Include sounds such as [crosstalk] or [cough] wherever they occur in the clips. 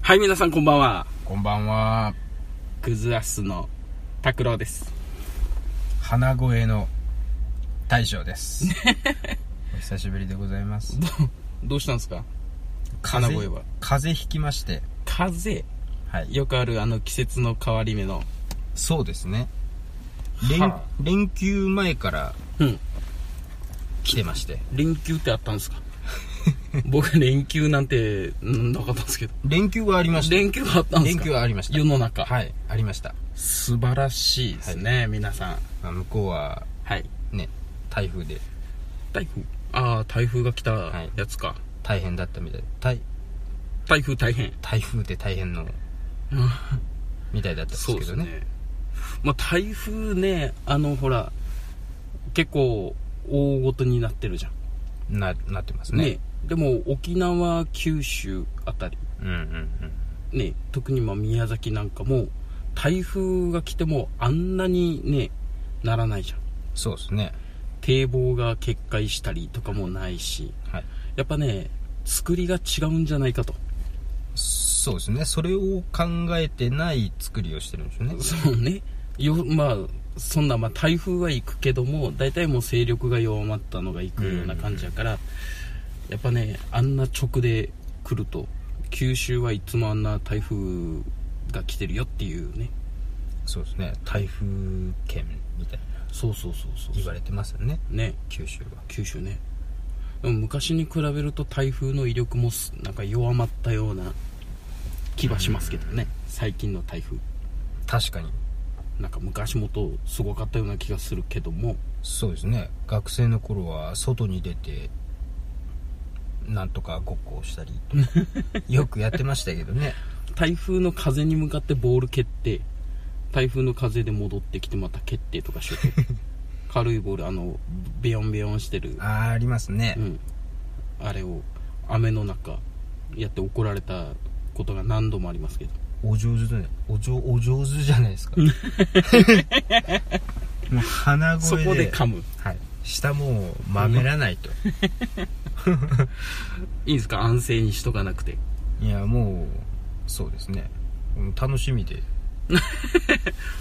はい、皆さんこんばんは。こんばんは。クズアスの拓郎です。花声の大 [laughs] 将です。お久しぶりでございます。どうしたんですか風花声は。風邪ひきまして。風はい。よくあるあの季節の変わり目の。そうですね。連は、連休前からうん。来てまして。連休ってあったんで [laughs] すか僕連休なんて、うんなかったんですけど。連休はありました。連休があったんです連か休はありました。世の中。はい、ありました。素晴らしいですね、皆さん。まあ向こうははい。ね、台風で台風ああ、台風が来たやつか。大変だったみたい。台、台風大変。台風で大変うのんみたいだったんですそうけですどねね。まあ、台風ねあのほら結構大ごとになってるじゃんな、なってますねね。でも沖縄九州あたりうんうんうん。ね特にまあ宮崎なんかも台風が来てもあんなにねならないじゃんそうですね。堤防が決壊したりとかもないしはい。やっぱね作りが違うんじゃないかと [laughs] そうですねそれを考えてない作りをしてるんですよねそうねよまあそんな、まあ、台風は行くけども大体もう勢力が弱まったのが行くような感じやから、やっぱねあんな直で来ると九州はいつもあんな台風が来てるよっていうねそうですね台風圏みたいなそうそうそうそう言われてますよねね九州は九州ねでも昔に比べると台風の威力もすなんか弱まったような気はしますけどね、最近の台風確かになんか昔もっとすごかったような気がするけどもそうですね学生の頃は外に出てなんとかごっこをしたりと [laughs] かよくやってましたけどね台風の風に向かってボール蹴って台風の風で戻ってきてまた蹴ってとかしよ [laughs] うと軽いボールあのベヨンベヨンしてるあーありますね、うん、あれを雨の中やって怒られたことが何度もありますけどお上手だねお上お上手じゃないですか [laughs] もう鼻そ声でこで噛むはい、下もうまめらないと、いいんですか安静にしとかなくていやもうそうですねうん楽し [laughs] みでま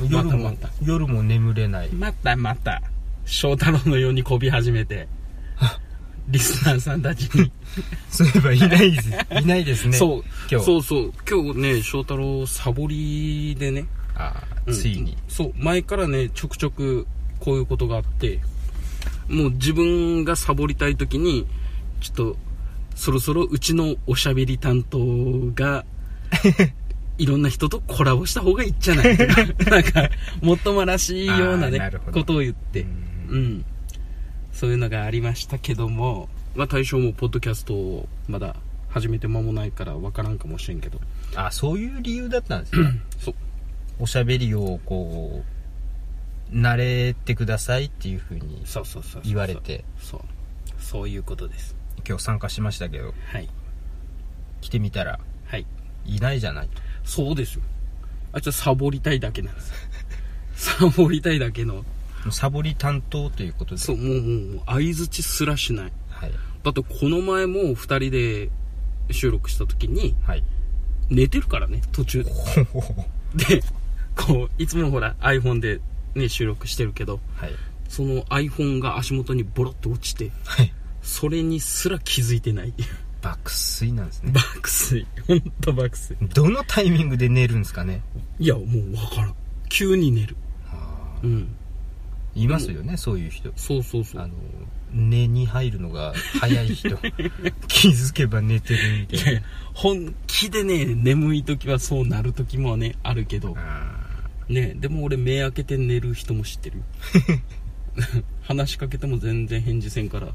夜たも、また夜も眠れないまたまた翔太郎のようにこび始めてリスナーさんたちに、そういえばいない [laughs] ですいないですねそう今日 [laughs] そうそう今日ね翔太郎サボりでねあうーんついに、そう前からねちょくちょくこういうことがあってもう自分がサボりたい時にちょっとそろそろうちのおしゃべり担当 [laughs] がいろんな人とコラボした方がいいんじゃないと [laughs] かなんかもっともらしいようなあーねなるほどことを言ってうんうんそういうのがありましたけども、まあ、大将もポッドキャストをまだ始めて間もないから分からんかもしれんけどあそういう理由だったんですね [clears throat] そうおしゃべりをこう慣れてくださいっていうふうにそうそうそうそう言われてそうそういうことです今日参加しましたけどはい来てみたらはいいないじゃないとそうですよあいつはサボりたいだけなん [laughs] ですサボりたいだけのもうサボり担当ということでそうもうもうもう相づちすらしないはいだってこの前も2人で収録した時にはい寝てるからね途中で [laughs] ほほほでこういつもほら iPhone でね収録してるけどはいその iPhone が足元にボロッと落ちてはいそれにすら気づいてないっていう [laughs] 爆睡なんですね爆睡ほんと爆睡どのタイミングで寝るんですかねいやもうわからん急に寝るうんいますよねそういう人そうそうそうあの寝に入るのが早 [laughs] い人気づけば寝てるみいやたいいや、本気でね、眠い時はそうなる時もね、あるけどな、あね、でも俺目開けて寝る人も知ってるよ。 [laughs] 話しかけても全然返事せんから、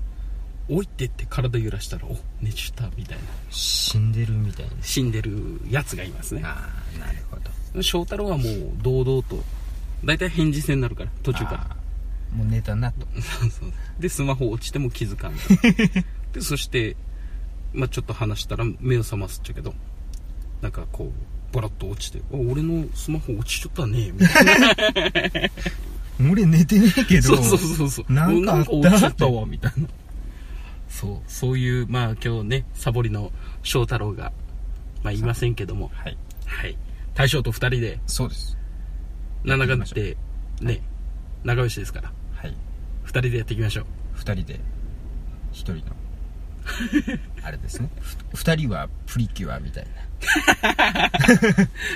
おいってって体揺らしたら、お、寝ちゃった、みたいな。ー死んでるみたい死んでるやつがいますねな。ああなるほど翔太郎はもう堂々と、だいたい返事せんなるから、途中から。あーもう寝たなと [laughs] そうで、スマホ落ちても気づか [laughs] ん。で、そして、まあちょっと話したら目を覚ますっちゃけど、なんかこう、バラッと落ちて、あ俺のスマホ落ちちゃったね、み [laughs] たいな。俺寝てねえけそうそうそうそう。なんかあったおなん落ちちゃったわ、みたいな。そう、そういう、まあ今日ね、サボりの翔太郎がまあ言いませんけども、はいはい。大将と二人で、そうです七やって月いきまっしょうて、ね、仲良しですから、はい二人でやっていきましょう。 2人で1人の [laughs] あれですね2人はプリキュアみたいな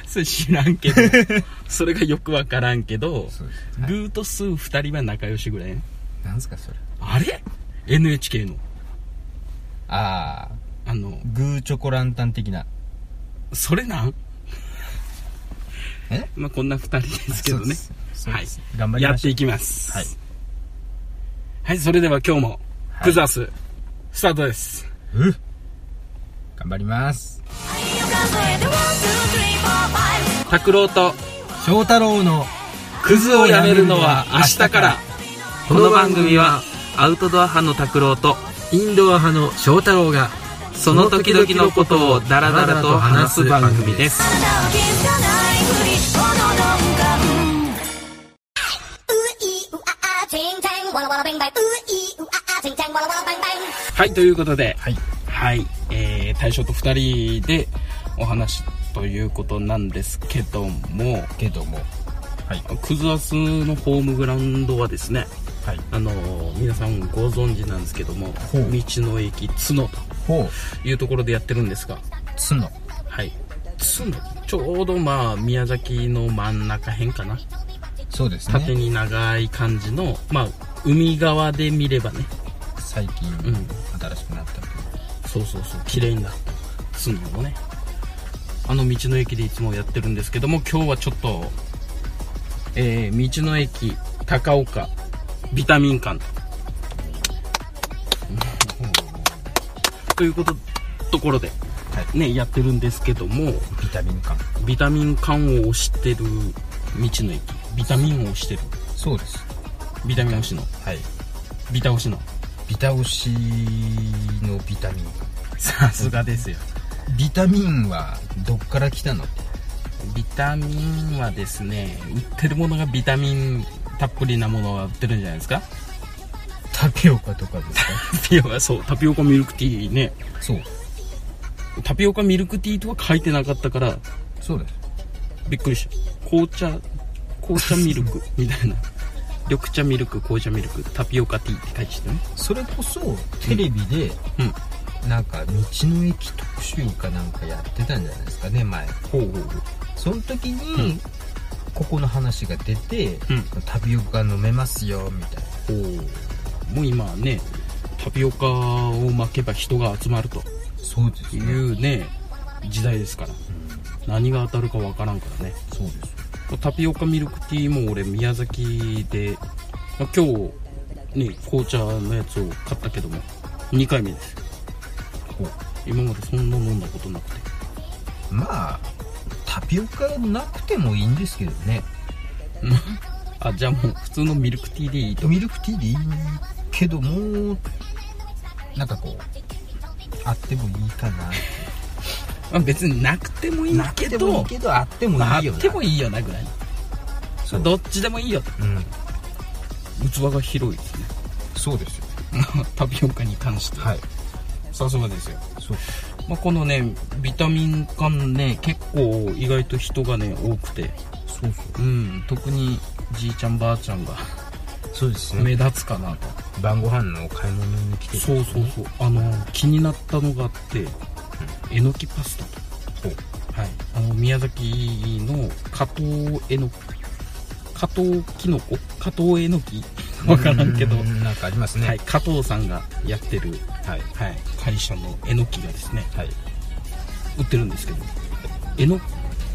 それ知らんけど、それがよくわからんけど、そうです、グはい、ーとスー二人は仲良しぐらいね。なんですかそれあれ ?NHK の、あああの、グーチョコランタン的なそれなんえまあこんな二人ですけどね。そうはいです頑張りやまっしてょういきます。はい。はい、それでは今日も、はいクザース、スタートです。うっ頑張ります拓郎と、翔太郎のクズをやめるのは明日から。この番組は、アウトドア派の拓郎と、インドア派の翔太郎が、その時々のことをダラダラと話す番組です。はい、ということで、はいはい、えー、大将と二人でお話ということなんですけども、けどもはいクズアスのホームグラウンドはですね、はいあの皆さんご存知なんですけども、ほ道うの駅つのほうというところでやってるんですが、つのはい。つの、ちょうどまあ、宮崎の真ん中辺かな。そうです縦ねに長い感じの、まあ、海側で見ればね、最近、ん新しくなったというそうそうそう、綺麗になった。つのもね。あの道の駅でいつもやってるんですけども、今日はちょっと、えー、道の駅、高岡、ビタミン館ということ、ところで、はね、やってるんですけども、ビタミン感ビタミン缶を押してる道の駅ビタミンを押してるそうですビタミン押しのはいビタ押しのビタ押しのビタミンさすがですよビタミンはどっから来たのビタミンはですね売ってるものがビタミンたっぷりなものが売ってるんじゃないですかタピオカとかですかタピオカそうタピオカミルクティーね [laughs] そうタピオカミルクティーとは書いてなかったからそうですびっくりした紅茶紅茶ミルクみたいな緑茶ミルク紅茶ミルクタピオカティーって書いてたねそれこそテレビで、うんなんか道の駅特集かなんかやってたんじゃないですかね前ほうほうほうその時に、ここの話が出うて、んタピオカ飲めますよみたいなおーもう今はねタピオカを巻けば人が集まるとそうですいね、うね時代ですから何が当たるかわからんからねそうですタピオカミルクティーも俺宮崎で、まあ今日ね紅茶のやつを買ったけども2回目ですほう今までそんな飲んだことなくてまあタピオカなくてもいいんですけどねあじゃあもう普通のミルクティーでいいとミルクティーでいいけどもなんかこうあってもいいかなまあ別になくてもいいんだけけどどけどあってもまああっいいよなてもいいよなぐらいそうどっちでもいいよとうん器が広いですねそうですよ [laughs] タピオカに関してはいさすがですよ、そうまあ、このねビタミン缶ね結構意外と人がね多くてそううそん特にじいちゃんばあちゃんがうそうです目立つかなと、晩ご飯のお買い物に来てそうそうそうあの気になったのがあって、えのきパスタほうと、はい、あの宮崎の加藤えのき加藤きのこ加藤えのきわからんけどうなんかありますねはい、加藤さんがやってる、はいはい、会社のえのきがですねはい売ってるんですけどえの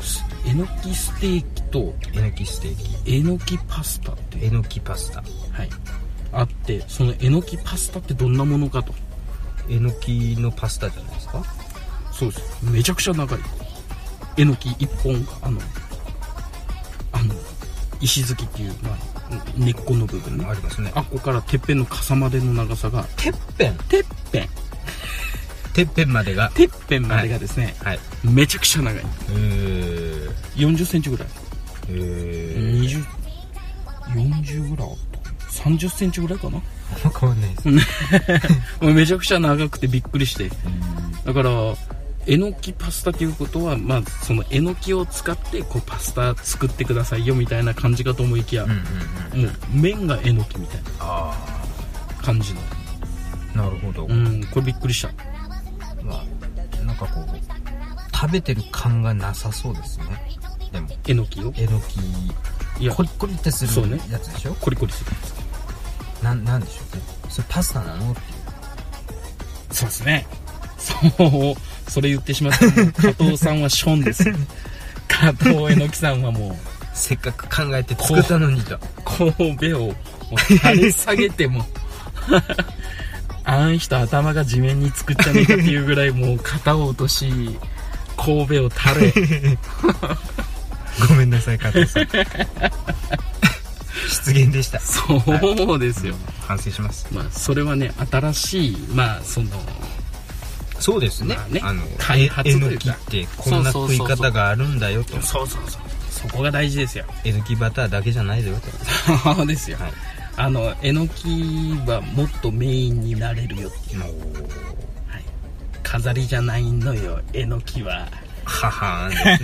すえのきステーキとえのきステーキえのきパスタって、えのきパスタはい、あってそのえのきパスタってどんなものかとえのきのパスタじゃないですかそうですめちゃくちゃ長いえのき一本があのあの石づきっていう、まあ、根っこの部分ねありますねあっこからてっぺんの傘までの長さがてっぺんてっぺんてっぺんまでがてっぺんまでがですね、はいめちゃくちゃ長いえー4 0ンチぐらいえー2040ぐらいあった30センチぐらいかなあんま変わんないですもうめちゃくちゃ長くてびっくりしてだからえのきパスタということは、まあ、そのえのきを使ってこうパスタ作ってくださいよみたいな感じかと思いきや、うんうんもう麺がえのきみたいなあ感じのあなるほど、うんこれびっくりしたまあなんかこう食べてる感がなさそうですねでもえのきをえのいきやコリコリってすそうねるやつでしょ、コリコリするなんなんでしょうねそれパスタなのっていうそうですねそうそれ言ってしまったらもう加藤さんはション [laughs] です加藤えのきさんはもうせっかく考えて作ったのにと神戸をもう垂れ下げても [laughs] あん人頭が地面につくっちゃねえかっていうぐらいもう肩を落とし神戸を垂れ [laughs] ごめんなさい加藤さん失言でしたそうですよ、反省しますまあそれはね新しいまあそのそうですね,、まあねあの開発えとのいうきかってこんなそうそうそう食いそう方があるんだよとそうそうそうそこが大事ですよえのきバターだけじゃないだよとそうですよ、はいあのえのきはもっとメインになれるよ、もうはい、飾りじゃないのよえのきはははーんです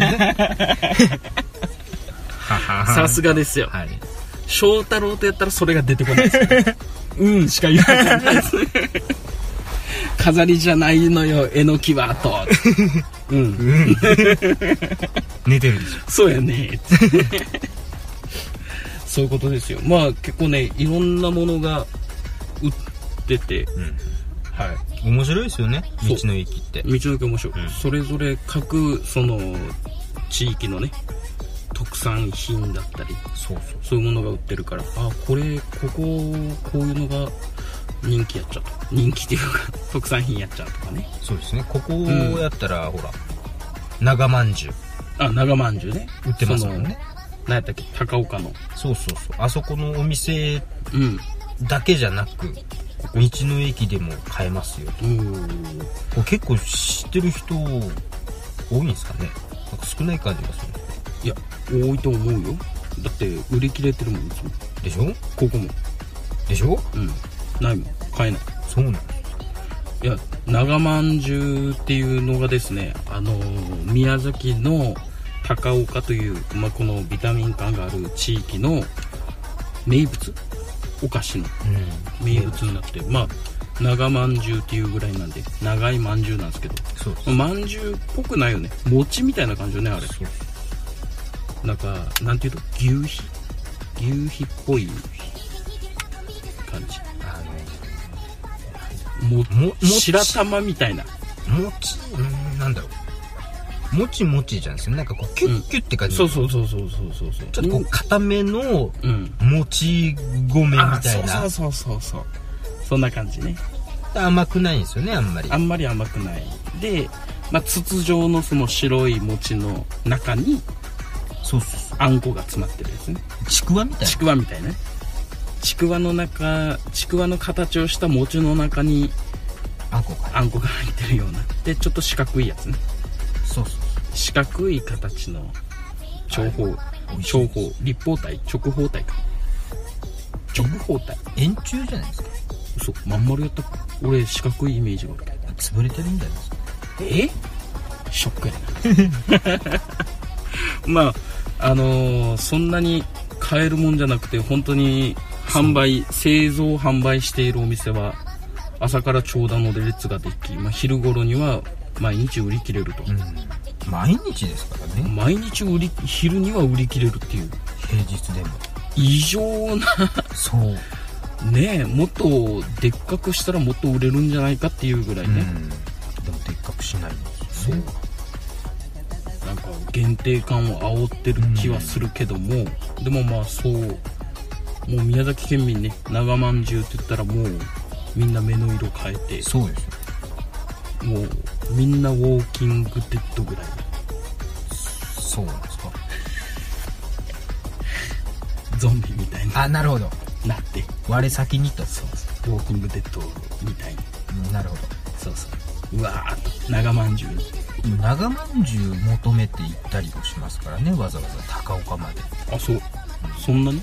ね [laughs] ははーんさすがですよ、はい翔太郎とやったらそれが出てこないですね [laughs] うんしか言わないですね [laughs] 飾りじゃないのよえのきはとうん [laughs] 寝てるでしょそうや [laughs] ねそういうことですよまあ結構ねいろんなものが売ってて、はい面白いですよねそ道うの駅って道の駅面白い、うんそれぞれ各その地域のね特産品だったりそうそうそういうものが売ってるからあこれこここういうのが人気やっちゃうと人気っていうか [laughs] 特産品やっちゃうとかねそうですねここんをやったら、ほら長まんじゅうあ長まんじゅうね売ってますもんねその何やったっけ高岡のそうそうそうあそこのお店うんだけじゃなく道の駅でも買えますようんこれ結構知ってる人多いんですかねなんか少ない感じがすいや多いと思うよだって売り切れてるもんいつもるでしょここもでしょうんないもん買えないそうなんですいや長まんじゅうっていうのがですねあの宮崎の高岡という、まあ、このビタミン感がある地域の名物お菓子のうん名物になってまあ長まんじゅうっていうぐらいなんで長いまんじゅうなんですけどそうそうまんじゅうっぽくないよね餅みたいな感じよねあれそうなんかなんていうと牛皮牛皮っぽい感じあもも白玉みたいなのもちうんなんだろうもちもちじゃないですよなんかこうキュッキュッって感じ、そうそうそうそうそうそうそうちょっとこう固めのうんもち米みあたいそなうそうそうそうそうそんな感じね甘くないんですよねあんまりあんまり甘くないで、まあ、筒状のその白い餅の中にそうそうそあんこが詰まってるやつねうちくわみたいちくわみたいなねちくわの中ちくわの形をした餅の中になあんこかあんこが入ってるようなでちょっと四角いやつねそうそう四角い形の長方い長方立方体直方体か直方体そう円柱じゃないですか嘘まん丸やったか俺四角いイメージがある潰れてるんじゃないですかえショックやな [laughs] まああのーそんなに買えるもんじゃなくて本当に販売製造販売しているお店は朝から長蛇の列ができ、まあ、昼頃には毎日売り切れると、うん毎日ですからね毎日売り昼には売り切れるっていう平日でも異常なそう、ねえもっとでっかくしたらもっと売れるんじゃないかっていうぐらいうんね、でもでっかくしないんですよねなんか限定感を煽ってる気はするけども、でもまあそうもう宮崎県民ね長まんじゅうって言ったらもうみんな目の色変えてそうですよもうみんなウォーキングデッドぐらいそうなんですかゾンビみたいにあなるほどなって我先にとそうウォーキングデッドみたいになるほそうそううわーっと長まんじゅうにど長まんじゅう求めて行ったりもしますからねわざわざ高岡まであそうそんなに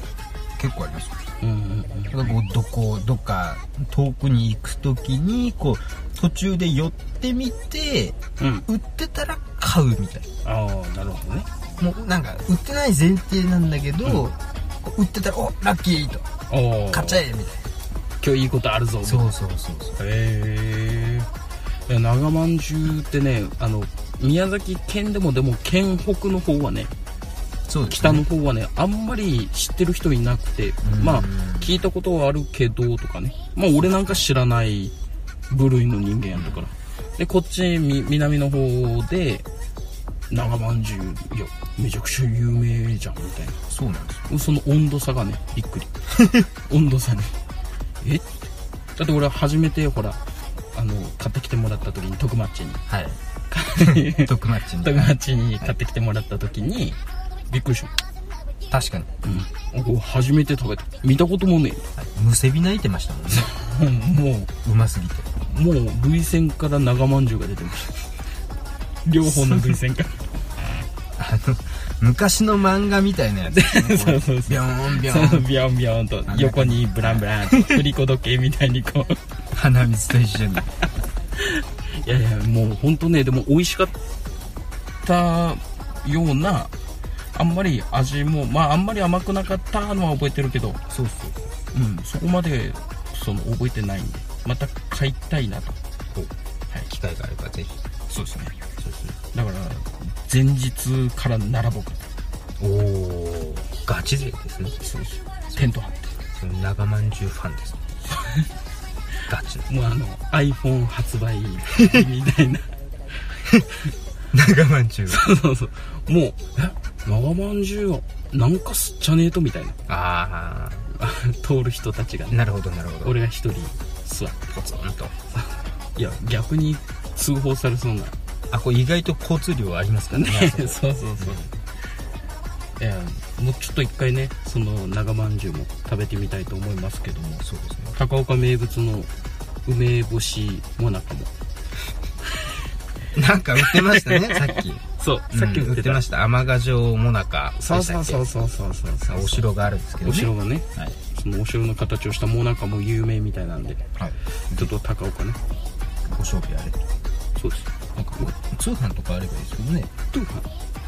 結構ありますようんうんだからこうどこどっか遠くに行く時にこう途中で寄ってみてうんうん売ってたら買うみたいああなるほどねなもうなんか売ってない前提なんだけど、こう売ってたら「おラッキー!」とお「お買っちゃえ!」みたいな今日いいことあるぞそうそうそうそうへえいや長まんじゅうってねあの宮崎県でもでも県北の方はねそうです北ねの方はねあんまり知ってる人いなくてんまあ聞いたことはあるけどとかねまあ俺なんか知らない部類の人間やったからでこっちみ南の方で長まんじゅういやめちゃくちゃ有名じゃんみたいなそうなんですよその温度差がねびっく [laughs] り温度差ねえだって俺は初めてほらあの買ってきてもらった時に徳マッ [laughs] チにはい [laughs] 特マッチに徳マッチに買ってきてもらった時にびっくりした、確かに、うん、お初めて食べた見たこともねはい、むせび泣いてました [laughs] もんねえうんもうますぎてうもう涙腺から長まんじゅうが出てました両方の涙腺からあの昔の漫画みたいなやつ、ね、 [laughs] [laughs] そうそうそうビョーンビョそーうンビヨンビヨンと横にブランブランと振り子時計みたいにこう鼻水と一緒 [laughs] にいやいやもう本当ねでも美味しかったようなあんまり味もまああんまり甘くなかったのは覚えてるけど、そうそううん、そこまでその覚えてないんでまた買いたいなとはい機会があればぜひそうですねそうすだから前日から並ぼうかるおおガチ勢ですねそうそうテント張ってその長まんじゅうファンです [laughs] ねガチものうあの iPhone 発売みたいな長まんじゅうそうそうもうえ長まんじゅうをなんかすっちゃねえとみたいなあ [laughs] 通る人たちがあねなるほどなるほど俺が一人座ってポツンといや逆に通報されそうなあこれ意外と交通量ありますからね [laughs] そうそうそういやもうちょっと一回ねその長まんじゅうも食べてみたいと思いますけどもあそこそうですね高岡名物の梅干しもなかもなんか売ってました [laughs] ねさっきそうさっきう言ん売っっててた、ました天賀城もなかでしたそっうけそうそうそうそうそうそうお城があるんですけど、おね、城がねはい、そのお城の形をしたもなかも有名みたいなんではい、ちょっと高岡ねご賞味あれそうですなんか通販とかあればいいですけどね、とは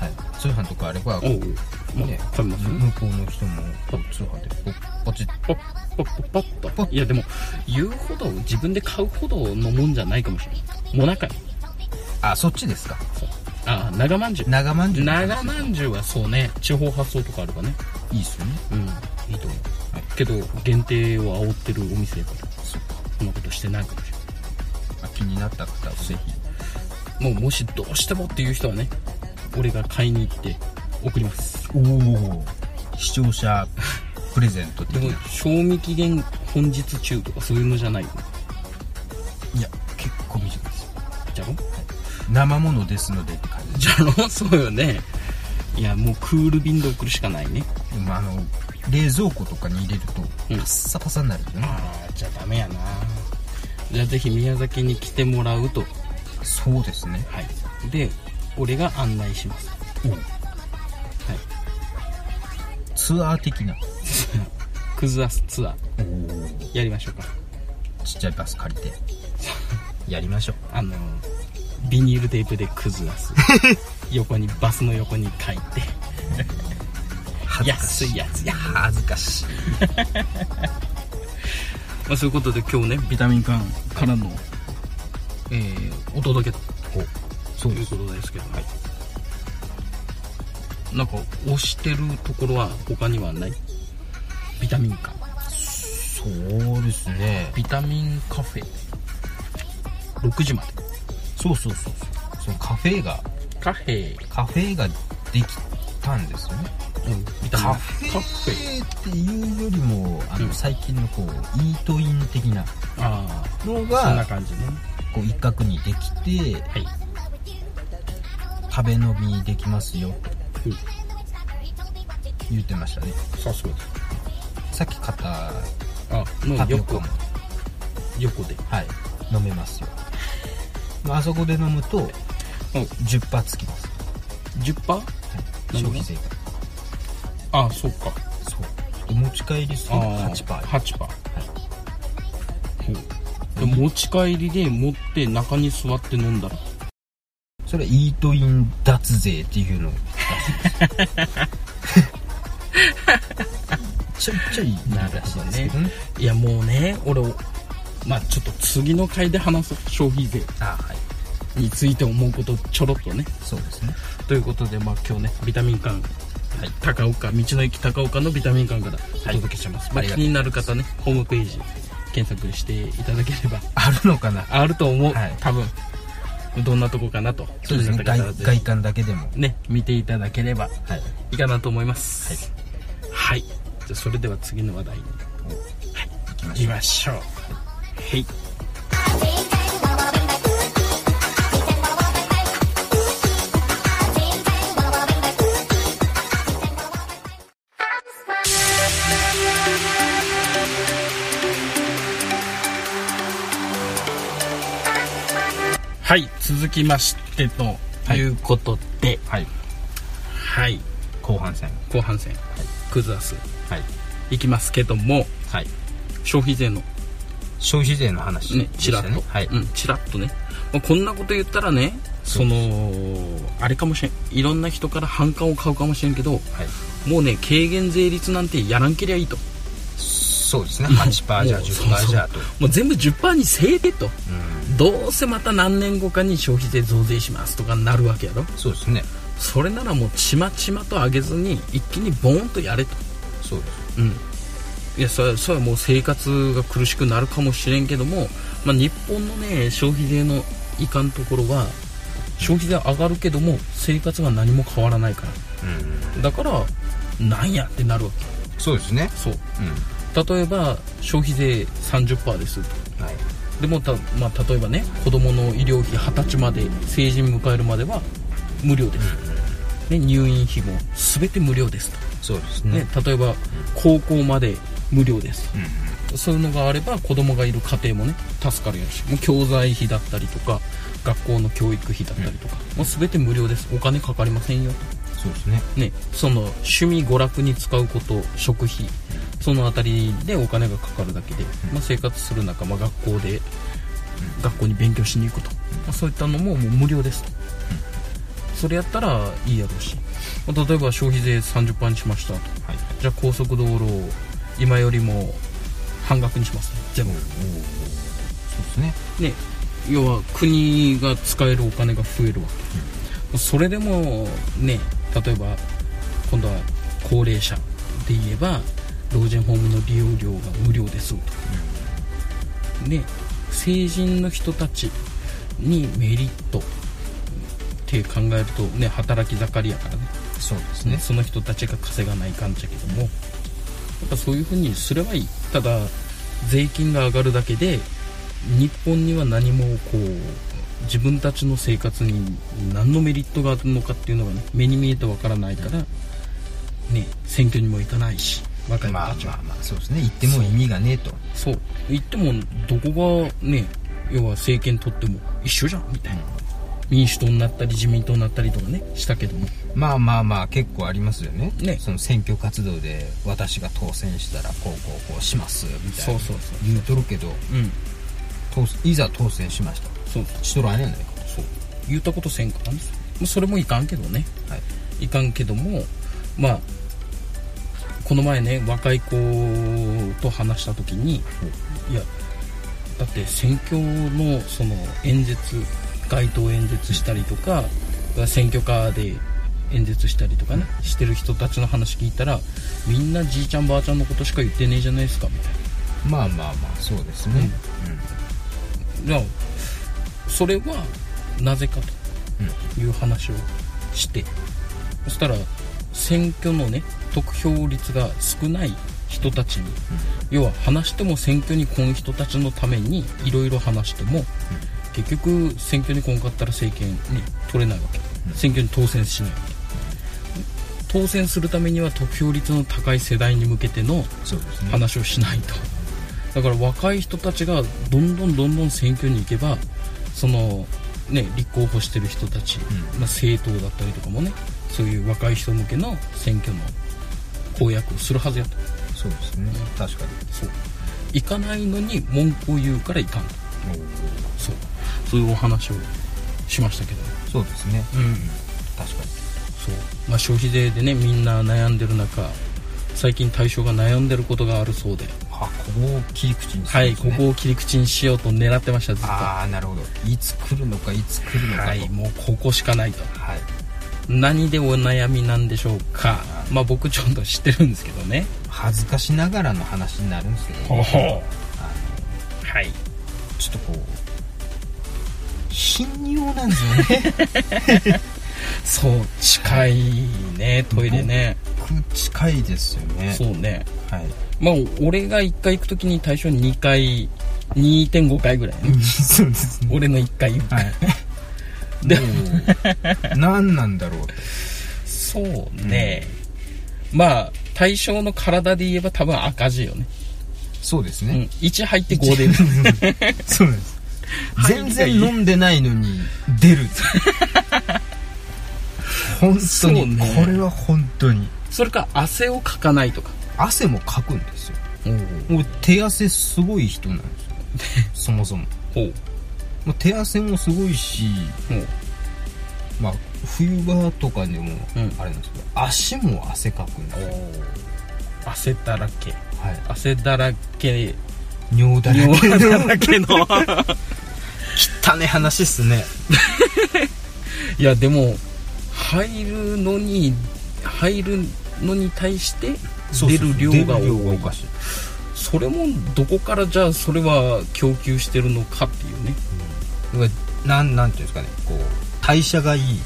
はい、通販とかあればおうまあね食べますね、向こうの人もこう通販でポッポチッパッパッパッパッパといやでも言うほど自分で買うほどのもんじゃないかもしれないもなかあそっちですかああ長まんじゅう長まんじゅう長まんじゅうはそうね地方発送とかあるかねいいっすよねうんいいと思う、はいけど限定を煽ってるお店やからそっかそんなことしてないかもしあ気になった方はぜひれないもうもしどうしてもっていう人はね俺が買いに行って送りますおお視聴者プレゼント的でもな賞味期限本日中とかそういうのじゃないよいや結構短いですよじゃろ生ものですのでって感じじでゃろ [laughs] そうよねいやもうクール便で送るしかないねすでもあの冷蔵庫とかに入れるとうパんッサパサになるよね、ああじゃあダメやなじゃあぜひ宮崎に来てもらうとそうですねはいで俺が案内しますおはいツアー的なクズアスツアおおーやりましょうかちっちゃいバス借 [laughs] りてやりましょうあのビニールテープでクズア [laughs] ス横にバスの横に書いて恥ずかし安いいやつや、恥ずかしいまあ、そういうことで今日ねビタミン缶からの、えーお届けそということですけど、なんか押してるところは他にはないビタミン缶そうですねビタミンカフェ6時までそうそうそうそうそのカフェがカフェ、カフェができたんですよねうん、ビタミンカフカフェェっていうよりもあの、うん最近のこうイートイン的なあのあそんなが感じねこう一角にできてはい食べ飲みできますよとうん言ってましたねさすがですさっき買ったあのタピオ横カも横ではい飲めますよまああそこで飲むと10パーつきます、 10%? はいなるほど消費税があそうかそうお持ち帰りする8パー8パー、ほうで持ち帰りで持って中に座って飲んだらそれはイートイン脱税っていうのを [laughs] 出しますちょいちょいなるらしいですけどねいやもうね俺まあちょっと次の回で話そう消費税あはいについて思うことちょろっとねそうですねということでまあ今日ねビタミン館、はい、高岡道の駅高岡のビタミン館からお届けします、ありまあ、気がとうになる方ねホームページ検索していただければあるのかなあると思う、はい多分どんなとこかなとそうですね気になった方外はぜひ外観だけでもね見ていただければはいいいかなと思いますはい、じゃあそれでは次の話題に行きまいきしょうましょうはいはい続きましてということではいはい後半戦後半戦、クズアスはいいきますけどもはい消費税の消費税の話ねでちしらたっと、ねはい、うん、ちらっとね、まあ、こんなこと言ったらねそのあれかもしれんいろんな人から反感を買うかもしれんけどはい、もうね軽減税率なんてやらんけりゃいいとそうですね8パーじゃもう10パーじゃとそうそうもう全部10%にせえてとうんどうせまた何年後かに消費税増税しますとかなるわけやろそうですねそれならもうちまちまと上げずに一気にボーンとやれとそうですうんいやそれそれはもう生活が苦しくなるかもしれんけども、まあ、日本のね消費税のいかんところは消費税上がるけども生活が何も変わらないからうんだからなんやってなるわけそうですねそううん例えば消費税30%ですはいでもた、まあ、例えばね子供の医療費20歳まで成人迎えるまでは無料です、ね、入院費も全て無料ですと、そうですねね例えば高校まで無料ですうんうんそういうのがあれば子供がいる家庭もね助かるやろしもう教材費だったりとか学校の教育費だったりとか、もう全て無料ですお金かかりませんよそうですねね、その趣味娯楽に使うこと食費そのあたりでお金がかかるだけで、まあ、生活する中、まあ、学校で学校に勉強しに行くと、まあ、そういったのももう無料ですと、それやったらいいやろうし、まあ例えば消費税30%にしましたとはいじゃあ高速道路を今よりも半額にしますね全部そうですねね、要は国が使えるお金が増えるわけ、それでもね例えば今度は高齢者で言えば老人ホームの利用料が無料ですとか、ね成人の人たちにメリットって考えるとね働き盛りやからねそうですねねその人たちが稼がないかんじゃけどもやっぱそういうふうにすればいいただ税金が上がるだけで日本には何もこう自分たちの生活に何のメリットがあるのかっていうのが、ね、目に見えてわからないから、ね、選挙にも行かないし若い子またあちは、まあまあそうですね言っても意味がねえとそう言ってもどこがね要は政権取っても一緒じゃんみたいな、民主党になったり自民党になったりとかねしたけどもまあまあまあ結構ありますよねねその選挙活動で私が当選したらこうこうこうしますみたいなそうそうそう言うとるけどうん当いざ当選しましたそうしとらんやないかそう言ったことせんからねまあそれもいかんけどねはいいかんけどもまあこの前ね若い子と話した時にいやだって選挙のその演説街頭演説したりとか選挙カーで演説したりとかねしてる人たちの話聞いたらみんなじいちゃんばあちゃんのことしか言ってねえじゃないですかみたいなまあまあまあそうですねじゃあそれはなぜかという話をして、そしたら選挙のね得票率が少ない人たちに、要は話しても選挙に来ん人たちのためにいろいろ話しても、結局選挙に来んかったら政権に取れないわけ、選挙に当選しないわけ、当選するためには得票率の高い世代に向けてのそうですね話をしないとだから若い人たちがどんどんどんどん選挙に行けばそのね立候補してる人たち、まあ、政党だったりとかもねそういう若い人向けの選挙の公約をするはずやとそうですね確かにそう行かないのに文句を言うから行かんそうそういうお話をしましたけどそうですねうん確かそう、まあ、消費税でねみんな悩んでる中最近対象が悩んでることがあるそうでにあここを切り口にすはるんい、ですこねこを切り口にしようと狙ってましたずっとはああなるほどいつ来るのかいつ来るのかとはいい、もうここしかないとはい、何でお悩みなんでしょうかまあ僕ちょっと知ってるんですけどね恥ずかしながらの話になるんですけど、ほうほうあはいのちょっとこう頻尿なんです [laughs] よねそう近いねトイレね僕近いですよねそうねはいまあ俺が1回行く時に対象2回2.5回ぐらいねそうですね俺の1回はいでもう何なんだろうとそうね、まあ対象の体で言えば多分赤字よね、そうですうんね、、 1入って5出る [laughs] そうなんです全然飲んでないのに出る本当そうに、ねこれは本当にそれか汗をかかないとか汗もかくんですよもう手汗すごい人な [laughs] んですよそもそもほうもう手汗もすごいし、ほうまあ、冬場とかでもうんあれなんですけど、足も汗かくんですよ、汗だらけはい、汗だらけ尿だらけ尿だらけの汚ね話っすね [laughs] いやでも入るのに入るのに対して出る量が多い出るおかしいそれもどこからじゃあそれは供給してるのかっていうねだからなんなんていうんですかねこう代謝がいい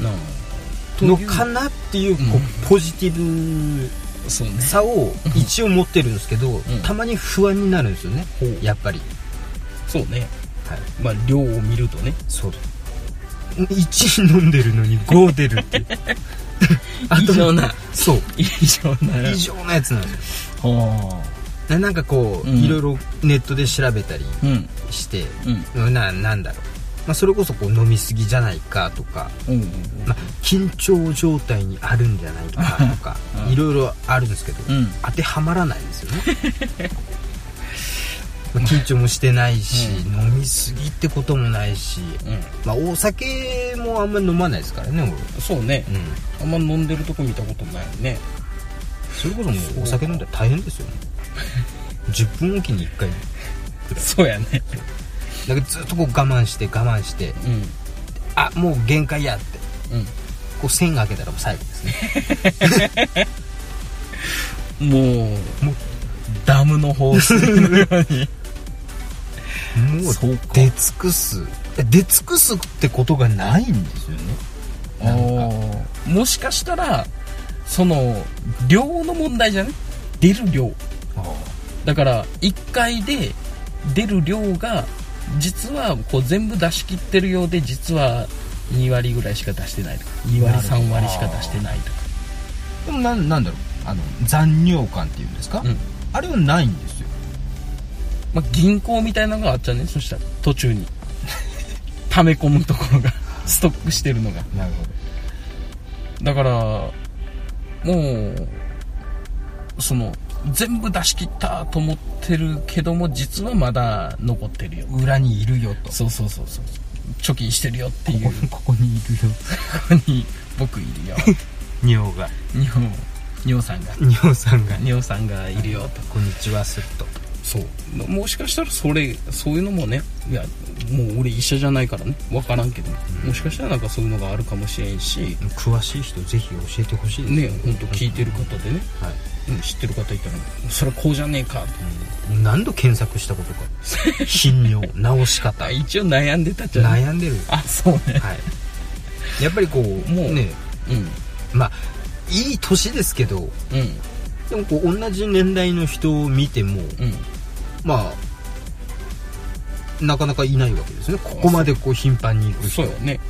なあのかなっていうこう、うんポジティそうねブさを一応持ってるんですけど、たまに不安になるんですよね、ほうやっぱり、そうねはい、まあ量を見るとねそうだ1飲んでるのに5出るっていうあ [laughs] と異常なそう以上な異常なやつなんですはよななんかこう、うんいろいろネットで調べたりあうんして、うんななんだろう、まあ、それこそこう飲みすぎじゃないかとか、うんまあ、緊張状態にあるんじゃないかと [laughs] かいろいろあるんですけど、うん当てはまらないんですよね [laughs] まあ緊張もしてないし、飲みすぎってこともないし、うんまあ、お酒もあんまり飲まないですからね俺そうねうんあんま飲んでるとこ見たことないよねそれこそもうお酒飲んだら大変ですよね10分おきに1回そうやねだからずっとこう我慢して我慢してうあもう限界やってんこう線が開けたらもう最後ですねうんもうもうダムの放水のようにもうそうか出尽くす出尽くすってことがないんですよねなんかもしかしたらその量の問題じゃない出る量だから1回で出る量が実はこう全部出し切ってるようで実は2割ぐらいしか出してないとか2割なるほど3割しか出してないとかでもなんなんだろうあの残尿感っていうんですか、うんあれはないんですよまあ、銀行みたいなのがあっちゃうねそしたら途中に溜め込むところがストックしてるのがなるほどだからもうその全部出し切ったと思ってるけども実はまだ残ってるよ裏にいるよとそうそうそうそう貯金してるよっていうここここにいるよここに僕いるよ [laughs] 尿が尿尿さんが尿さんが尿さんがいるよとこんにちはするとそうもしかしたらそれそういうのもねいやもう俺医者じゃないからね分からんけど、もしかしたらなんかそういうのがあるかもしれんし詳しい人ぜひ教えてほしいですね本当聞いてる方でね、はいうん知ってる方いたらそれこうじゃねえかと何度検索したこと [laughs] か頻尿治し [laughs] 方あ一応悩んでたじゃん悩んでるあそうねはいやっぱりこうもううねうまあいい年ですけどんうんでもこう同じ年代の人を見てもうんまあなかなかいないわけですねここまでこう頻繁に行くそ人うよね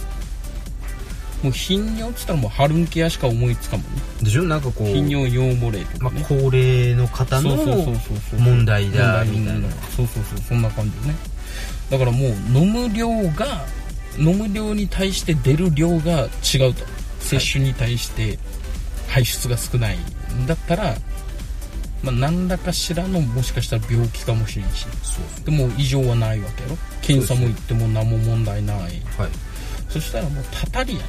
もう頻尿っつったらもうハルンケアしか思いつかんもんねでしょなんかこう、頻尿尿漏れとまかあね、、高齢の方の問題だみたいなそうそうそうそんな感じねだからもう飲む量が飲む量に対して出る量が違うと摂取に対して排出が少ないんだったらまあ、何らかしらのもしかしたら病気かもしれんしそうでも異常はないわけやろ検査も行っても何も問題ないはいそしたらもうたたりやん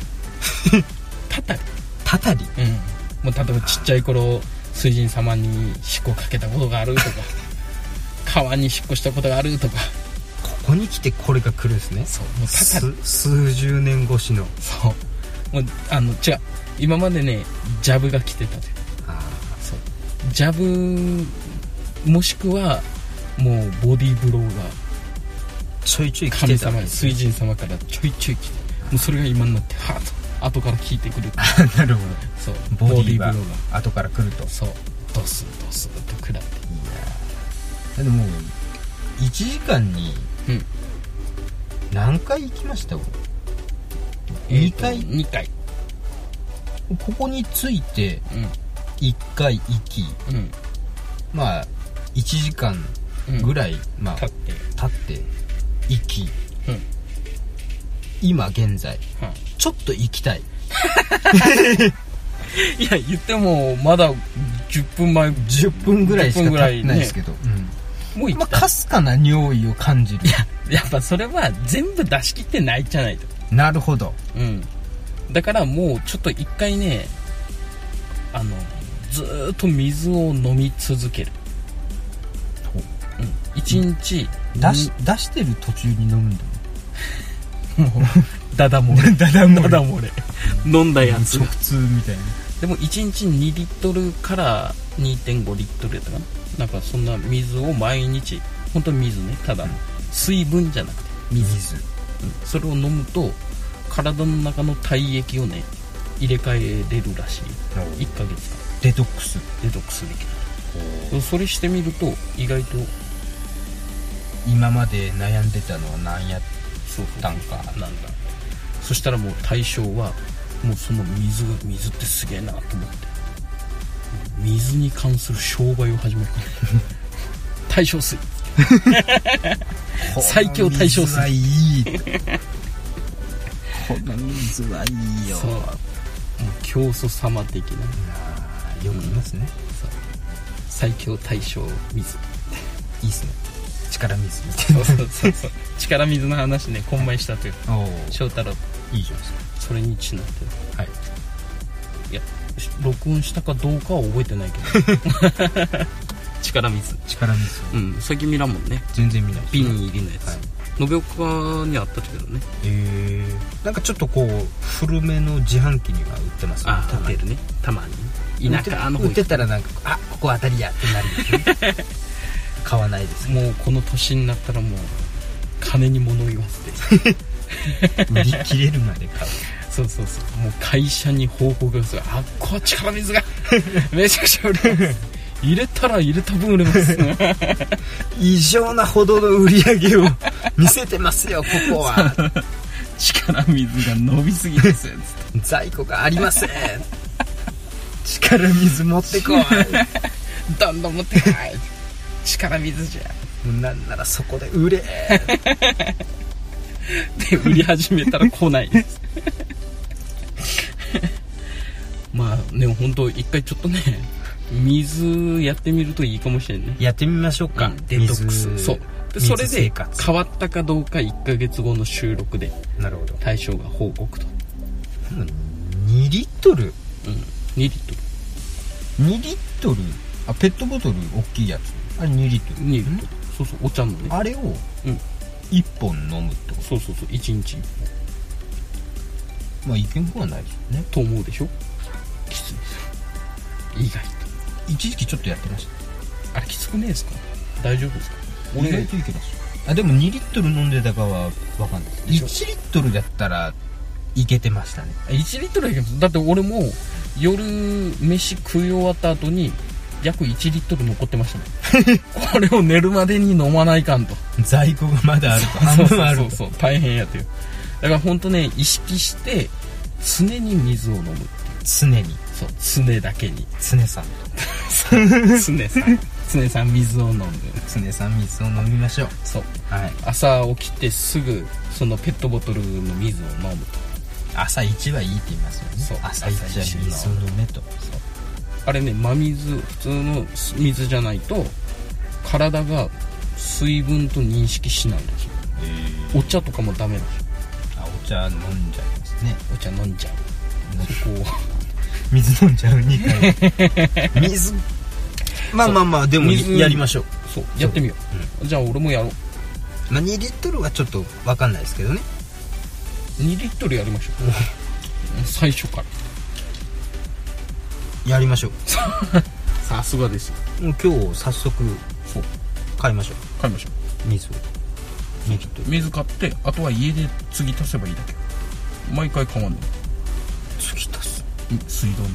[laughs] たたりたたりうんもう例えばちっちゃい頃水神様に引っこかけたことがある [laughs] とか川に引っ越したことがあるとかここに来てこれが来るんですねそうもうたたりす数十年越しのそうもうあの違う今までねジャブが来てたであそうジャブもしくはもうボディーブローがーちょいちょい来神てた様水神様からちょいちょい来てもうそれが今になってハーと後から聞いてくる [laughs] なるほそうどボディーブがローが後から来るといそうドスンドスンと食らってやでも1時間にうん何回行きました2回2回ここに着いてう1回行きんうんまあ1時間うんぐらい、ま立あって立って行きうん今現在はちょっと行きたいいいや言ってもまだ10分前10分ぐらいし10か分ぐら経いねってないですけど、もううん行まあった、かすかな匂いを感じるやっぱそれは全部出し切ってないじゃないとなるほどうんだからもうちょっと一回ねあのずーっと水を飲み続けるほううん一日出し出してる途中に [laughs] 飲むんだもうダダ漏れダダ漏れ [laughs] 飲んだやつ直通みたいなでも1日2リットルから2.5リットルやったかななんかそんな水を毎日本当に水ねただの水分じゃなくて水それを飲むと体の中の体液をね入れ替えれるらしい1ヶ月間デトックスデトックスできるそれしてみると意外と今まで悩んでたのは何 [laughs] やそうそうなんかなんだそしたらもう対象はもうその水が水ってすげえなと思って水に関する商売を始める対象水最強対象水この水はいいこの水はいいよそうもう教祖様的ないやーよく言いますね、そう最強対象水 [laughs] いいっすね力水みたいそうそうそうそう力水の話ね混迷したというなお翔太郎いいじゃないですそれにちなんでかはいいやし録音したかどうかは覚えてないけど [laughs] 力水力水うん最近見らんもんね全然見ない瓶に入りのやつ、はい延岡にあったけどねえー、なんかちょっとこう古めの自販機には売ってますねあたま売にってるねたまに田舎の方売っ行てくたらなんかあここ当たりやってなるんですね [laughs] 買わないですねもうこの年になったらもう金に物を言わせて売り切れるまで買うそうそうそうもう会社に報告がするあっこは力水が [laughs] めちゃくちゃ売れます入れたら入れた分売れます異常なほどの売り上げを見せてますよここは [laughs] 力水が伸びすぎですよ在庫がありません力水持ってこいも [laughs] どんどん持ってこい力水じゃうなんならそこで売れで売り始めたら来ないです [laughs] まあね本当一回ちょっとね水やってみるといいかもしれんねやってみましょうかデトックス水そうで水それ生で活変わったかどうか1ヶ月後の収録でなるほど対象が報告と、 2リットルうん、2リット2リットルあペットボトル大きいやつあれ2リットルル2リットルそうそうお茶のねあれをうん1本飲むってこそうそうそう1日とまあいけんくはないですよねと思うでしょきついです意外と一時期ちょっとやってましたあれきつくねえですか大丈夫ですか意外俺といけますあでも2リットル飲んでたかは分かんないでしょ1リットルだったらいけてましたね1リットルはいけますだって俺も夜飯食い終わった後に約1リットル残ってました [laughs] もんこれを寝るまでに飲まないかんと在庫がまだあるとそう半そう分あるそうそう大変やというだから本当ね意識して常に水を飲むっていう常にそう常だ [laughs] けに常さんと常さん常さん水を飲んで常さん水を飲みましょうそうはい朝起きてすぐそのペットボトルの水を飲むと朝一はいいって言いますよねそう朝一は水を飲めとそうあれね真水普通の水じゃないと体が水分と認識しないんですよお茶とかもダメなんですよあお茶飲んじゃいますねお茶飲んじゃうこ水飲んじゃう2回 [laughs] 水まあまあまあでも水やりましょううそうやってみよう、じゃあ俺もやろうまあ2リットルはちょっと分かんないですけどね2リットルやりましょう最初からやりましょうさすがですよもう今日早速そう買いましょ買いましょう水を2リットう水買ってあとは家で継ぎ足せばいいだけ毎回買わんのル次足す水道の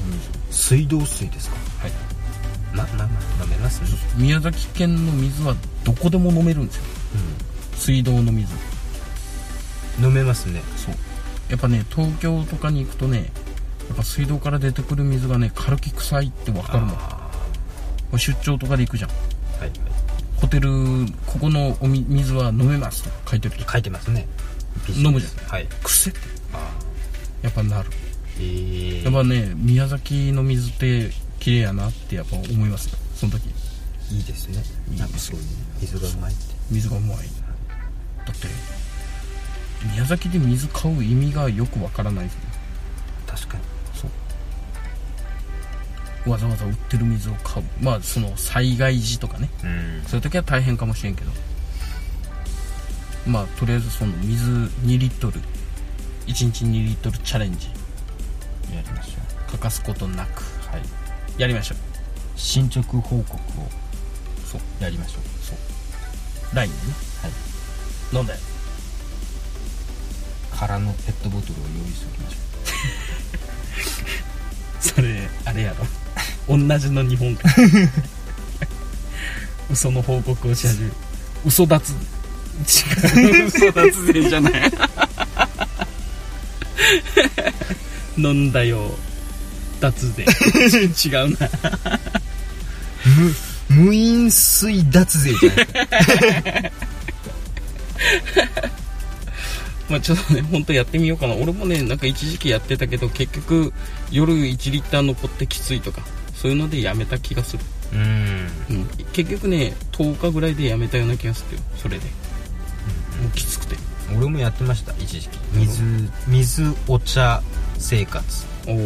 水水道水ですかはいまあまあまあ飲めますね宮崎県の水はどこでも飲めるんですよ水道の水うん飲めますねそうやっぱね東京とかに行くとねやっぱ水道から出てくる水がね軽き臭いって分かるもんあこれ出張とかで行くじゃんーはいホテルここのおみ水は飲めますとか書いてると書いてますね飲むじゃんはい癖ってあやっぱなるーえやっぱね宮崎の水って綺麗やなってやっぱ思いますよその時いいですねなんかそういう水がうまいって水がうまいだって宮崎で水買う意味がよくわからないですね確かにそうわざわざ売ってる水を買うまあその災害時とかねうんそういう時は大変かもしれんけどまあとりあえずその水2リットル1日2リットルチャレンジやりましょ欠かすことなくうはいやりましょう進捗報告をそうやりましょうそう LINE ねはい飲んだよ空のペットボトルを用意しておきましょそれあれやろ同じの日 [laughs] 本か嘘の報告をし始める嘘脱違う嘘脱税じゃない飲んだよ脱税 [laughs] 違うなう無飲水脱税じゃないですかまあちょっとね本当やってみようかな俺もねなんか一時期やってたけど結局夜1リッター残ってきついとかそういうのでやめた気がする、うんうん、結局ね10日ぐらいでやめたような気がするよそれでもうきつくて俺もやってました一時期水水お茶生活おお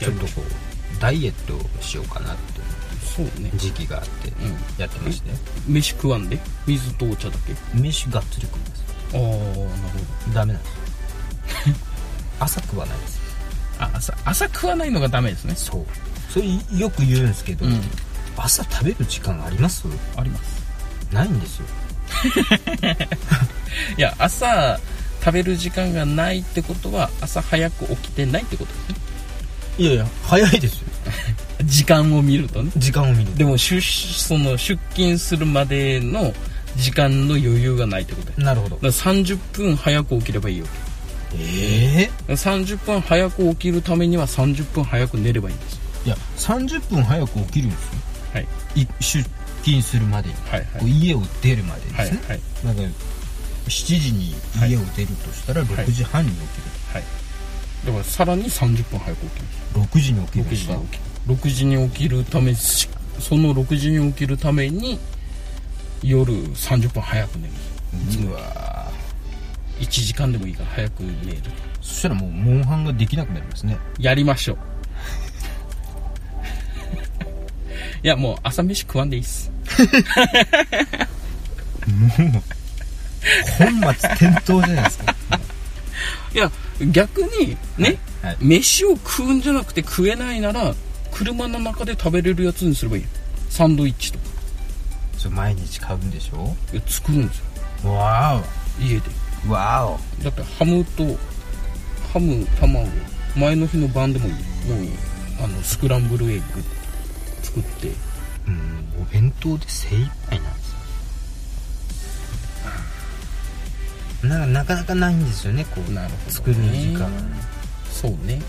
ちょっとこうダイエットをしようかなってそうね時期があってうやってましてん飯食わんで水とお茶だけ飯がっつり食いますああなるほどダメなん [laughs] ですよ朝食わないですあ朝朝食わないのがダメですねそうそれよく言うんですけど、うん朝食べる時間ありますありますないんですよいや朝食べる時間がないってことは朝早く起きてないってことですねいやいや早いですよ時間を見るとね時間を見るでも出その出勤するまでの時間の余裕がないってことだよなるほどだから30分早く起きればいいよええ30分早く起きるためには30分早く寝ればいいんですいや30分早く起きるんですよはいい出勤するまでに、はいはこうい家を出るまでではいすね、はいなんか7時に家を出るとしたらい6時半に起はい、だからさらに30分早く起きるきる、6時に起き6る時しに起きる6時に起きるためしその6時に起きるために夜30分早く寝るうわ1時間でもいいから早く寝るーそしたらもうモンハンができなくなりますねやりましょう [laughs] いやもう朝飯食わんでいいっす本末転倒じゃない [laughs] ですかいや逆にね、はい飯を食うんじゃなくて食えないなら車の中で食べれるやつにすればいいよサンドイッチとかそれ毎日買うんでしょいや作るんですよわ家でおわだってハムとハム卵前の日の晩でもいいもうあのスクランブルエッグ作っておうんお弁当で精一杯なんですよなんかなかなかないんですよねこうなるほどね作る時 [laughs] 間そうね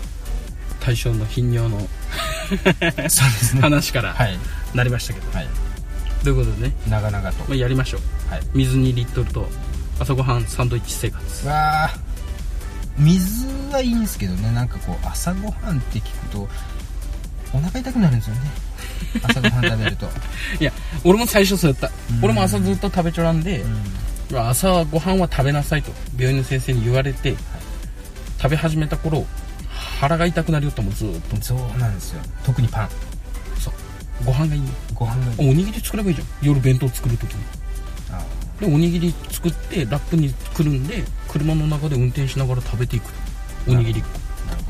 対象の頻尿のそうです話からはいなりましたけど、はいということでね、なかなかとまあ、やりましょうはい水2リットルと朝ごはんサンドイッチ生活わあ水はいいんですけどねなんかこう朝ごはんって聞くとお腹痛くなるんですよね朝ごはん食べると、いや俺も最初そうやった、うん俺も朝ずっと食べちょらんで、朝ごはんは食べなさいと病院の先生に言われて、食べ始めた頃腹が痛くなるよったもんずーっとそうなんですよ特にパンそうご飯がいいよご飯がおにぎり作ればいいじゃん夜弁当作るときにあでおにぎり作ってラップにくるんで車の中で運転しながら食べていくおにぎりあなる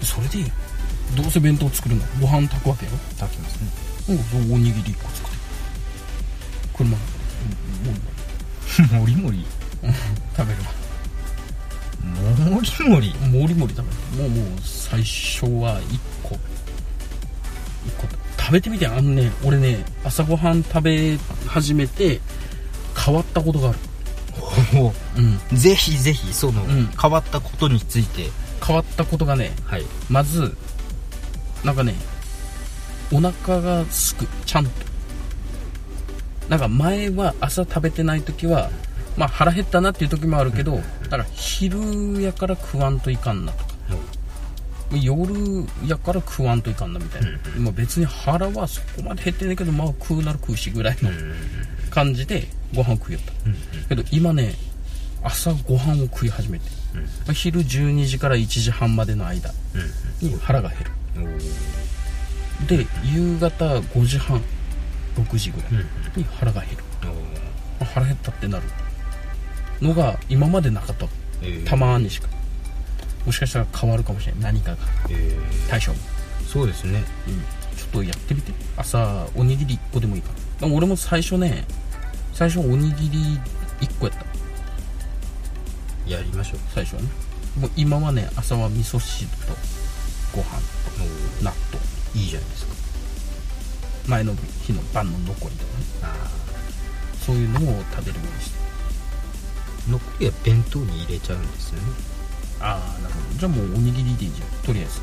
ほそれでどうせ弁当作るのご飯炊くわけよど炊きますねおうおにぎり1個作って車の中で、もりもりうん食べるわもりももりもりり食べるもうもう最初は1個1個食べてみてあのね俺ね朝ごはん食べ始めて変わったことがあるほうんうぜひぜひその、ん変わったことについて変わったことがねはいまずなんかねお腹がすくちゃんとなんか前は朝食べてない時はまあ腹減ったなっていう時もあるけどだから昼やから食わんといかんなとか夜やから食わんといかんなみたいな今別に腹はそこまで減ってないけどまあ食うなら食うしぐらいの感じでご飯食いよったけど今ね朝ご飯を食い始めて、うんまあ昼12時から1時半までの間に腹が減るで夕方5時半6時ぐらいに腹が減る、まあ腹減ったってなるのが今までなかったたまにしかもしかしたら変わるかもしれない何かが対象も、そうですねうん、ちょっとやってみて朝おにぎり1個でもいいかなでも俺も最初ね最初おにぎり1個やったやりましょう最初はねもう今はね朝は味噌汁とご飯と納豆いいじゃないですか前の日の晩の残りとかねあそういうのを食べるようにしてー残りは弁当に入れちゃうんですよねああなるほどじゃあもうおにぎりでいいじゃんとりあえず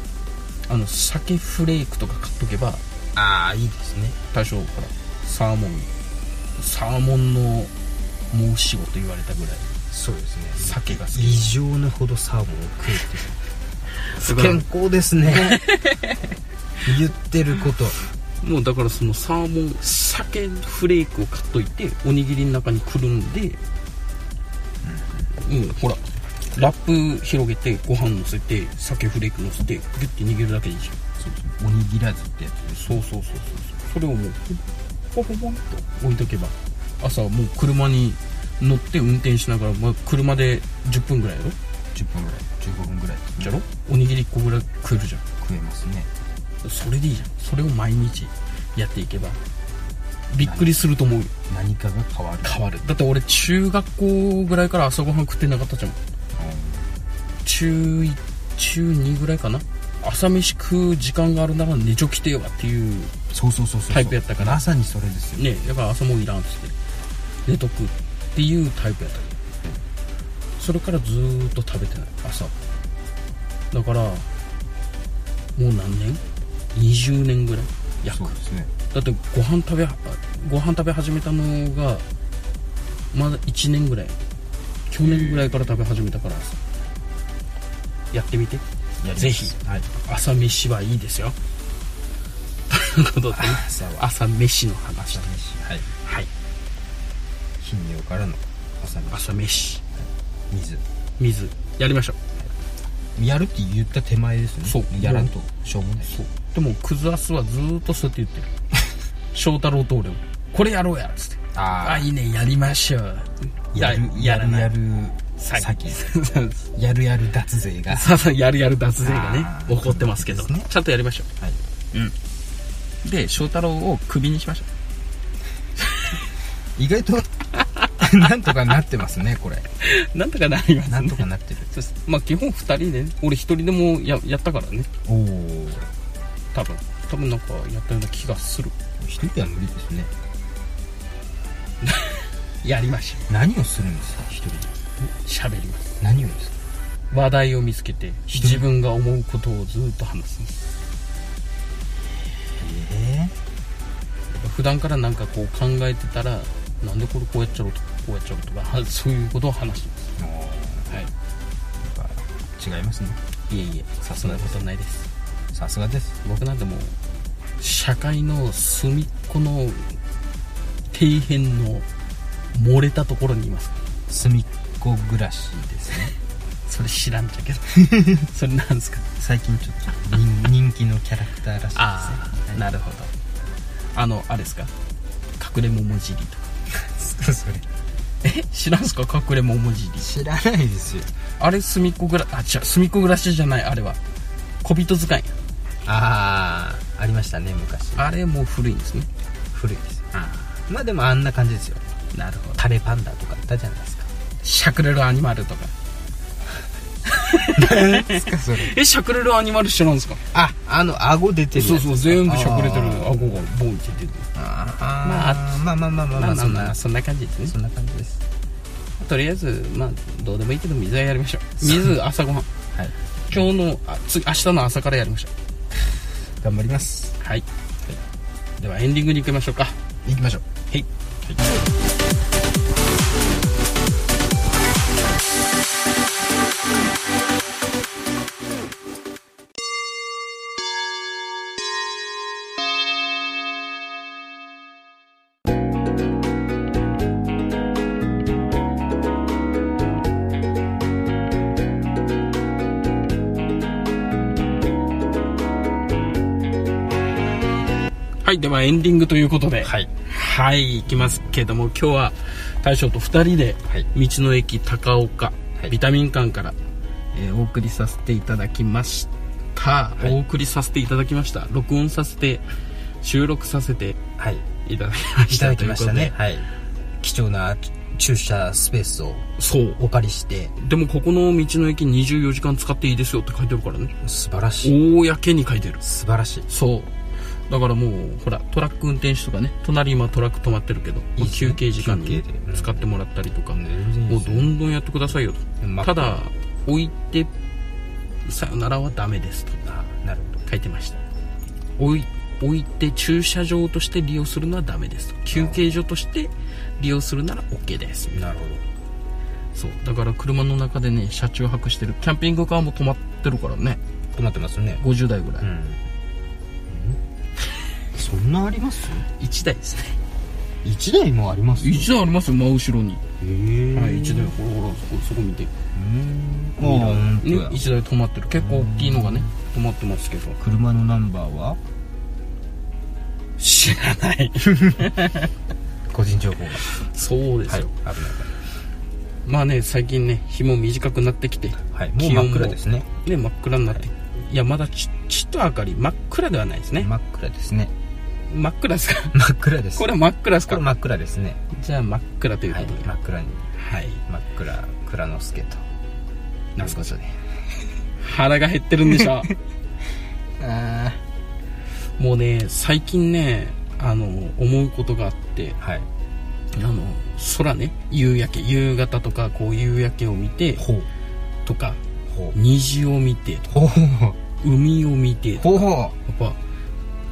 あの鮭フレークとか買っとけばああいいですね多少ほらサーモンサーモンの申し子と言われたぐらいそうですね鮭が好異き常なほどサーモンを食うすっていう [laughs] 健康ですね [laughs] 言ってることもうだからそのサーモン鮭フレークを買っといておにぎりの中にくるんでうん、ほらラップ広げてご飯のせて鮭フレークのせてギュッて握るだけでいいじゃんおにぎらずってやつですそうそうそうそうそうそれをもうポポポンと置いとけば朝はもう車に乗って運転しながら、まあ、車で10分ぐらいやろ10分ぐらい15分ぐらいじゃろおにぎり1個ぐらい食えるじゃん食えますねそれでいいじゃんそれを毎日やっていけばびっくりすると思うよ何かが変わる変わるだって俺中学校ぐらいから朝ごはん食ってなかったじゃん中1中2ぐらいかな朝飯食う時間があるなら寝ちょきてよっていうそうそうそうそうタイプやったからまさにそれですよねだから朝もういらんっつって寝とくっていうタイプやったそれからずーっと食べてない朝だからもう何年 ?20 年ぐらい約そうですねだってご飯食べはご飯食べ始めたのがまだ1年ぐらい去年ぐらいから食べ始めたからさやってみてやりますぜひはい朝飯はいいですよということでね朝は朝飯の話朝飯はいはい頻尿からの朝飯朝飯水水やりましょやるって言った手前ですねそうやらんとしょうもないうそうでもクズアスはずーっとそうやって言ってる翔太郎と俺もこれやろうやっつってああいいねやりましょうあやるややるらないやる詐 [laughs] 先欺そうですやるやる脱税がさあ [laughs] やるやる脱税がねあー怒ってますけどそうですねちゃんとやりましょはいううんで翔太郎をクビにしましょ意外と [laughs] なんとかなってますねこれうなんとかなりますなんねとかなってるそうですまあ基本2人でね俺1人でもややったからねおお多分多分なんかやったような気がする一人は無理ですねやりましょ何をするんですか一人でう喋ります何をですか話題を見つけて自分が思うことをずっと話すんですえ普段からなんかこう考えてたらなんでこれこうやっちゃろうとかこうやっちゃろうとかはそういうことを話しますえー、はい違いますねいえいえさすがなことないですさすがです僕なんてもう社会の隅っこの底辺の漏れたところにいます隅っこ暮らしですねそれ知らんじゃ [laughs] けどそれなんですか [laughs] 最近ちょっ [laughs] と人人気のキャラクターらしいですねああなるほどあのあれですか隠れ桃尻とかど [laughs] それえ知らんすか隠れ桃尻知らないですよあれ隅っこぐらあ違う隅っこ暮らしじゃないあれは小人図鑑やああありましたね昔あれもう古いんですね古いですあまあでもあんな感じですよあなるほどタレパンダとかいたじゃないですかしゃくれるアニマルとか何ですかそれえしゃくれるアニマル知らんすかああの顎出てるやつそうそう全部しゃくれてるあ顎がボンって出てるーあーまあまあまあまあまあそんなそんな感じですねそんな感じですとりあえずまあどうでもいいけど水はやりましょう水朝ごはんはい今日のあつ明日の朝からやりましょ頑張りますうはい、ではエンディングに行きましょうかは行きましょうい、はい、ではエンディングということではい、い行きますけども今日は大将と2人ではい道の駅高岡、はいビタミン館から、えーお送りさせていただきました、いお送りさせていただきました録音させて収録させてはいいただきましたいただきましたというねこはい貴重な駐車スペースをとでそうお借りしてでもここの道の駅24時間使っていいですよって書いてるからね素晴らしい公に書いてる素晴らしいそうだからもうほらトラック運転手とかね隣今トラック止まってるけどいいっすね休憩時間に休憩でうん使ってもらったりとか、全然もいいうでどすねんどんやってくださいよと真った黒だ置いてさよならはダメですとあなるほど書いてました置い置いて駐車場として利用するのはダメですと休憩所として利用するなら OK ですなるほどそうだから車の中でね車中泊してるキャンピングカーも止まってるからね止まってますね50台ぐらい、うんんそんなあります1台ですね一台もあります1台ありますよ真後ろに、ええはい1台ほらほらそこそこ見てうんあミラ本当ーやね1台止まってる結構大きいのがね止まってますけど車のナンバーは知らない個人情報がそうですはいよ、危ないからまあね最近ね日も短くなってきてはいも気う温も真っ暗ですねね真っ暗になって、い、やまだちちっと明かり真っ暗ではないですね、真っ暗ですね真っ暗です [laughs] か真っ暗ですこれ真っ暗ですこれか真っ暗ですねじゃあ真っ暗というこはといで真っ暗にはい、真っ暗蔵之介となんすかというこ腹が減ってるんで [laughs] しょとであうもうね最近ねあの思うことがあってあはいあの空ね夕焼け夕方とかこう夕焼けを見てほうとかほう虹を見てほう海を見てやっほうほうぱ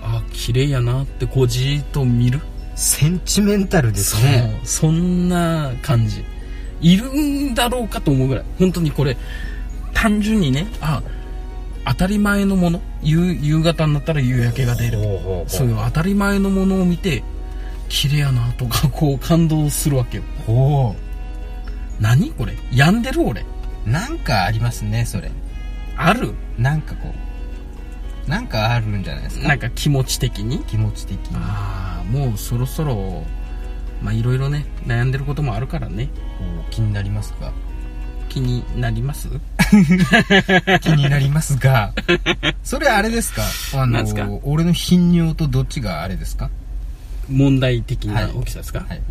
あ綺麗やなってこうじーっと見るセンチメンタルですねそうそんな感じいるんだろうかと思うぐらい本当にこれ単純にねあ当たり前のもの夕夕方になったら夕焼けが出るほうほうほうそういう当たり前のものを見て綺麗やなとかこう感動するわけよほ何これ病んでる俺うなんかありますねそれあるなんかこうなんかあるんじゃないですかなんか気持ち的に気持ち的にああもうそろそろまあいろいろね悩んでることもあるからねこう気になりますが気になります気になりま [laughs] すがそれあれですかあなんすかの俺の頻尿とどっちがあれですか問題的な大きさですか、はい